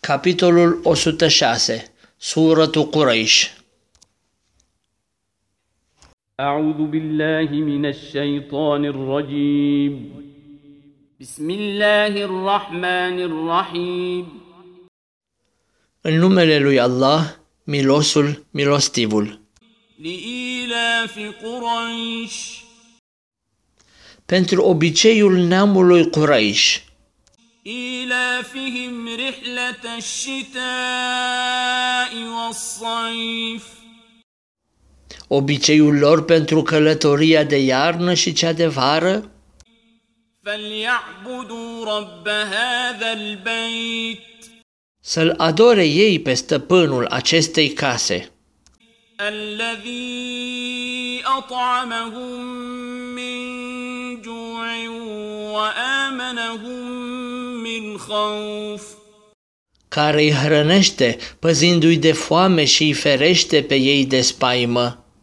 Capitolul 106 سورة قريش أعوذ بالله من الشيطان الرجيم بسم الله الرحمن الرحيم În numele lui Allah, Milosul, Milostivul, لإيلاف قريش pentru obiceiul neamului Quraysh, إيلافهم رحلة الشتاء والصيف obiceiul lor pentru călătoria de iarnă și cea de vară, فليعبدوا رب هذا البيت să-l adore ei pe stăpânul acestei case, الذي أطعمهم من جوع وآمنهم من خوف care îi hrănește, păzindu-i de foame și îi ferește pe ei de spaimă.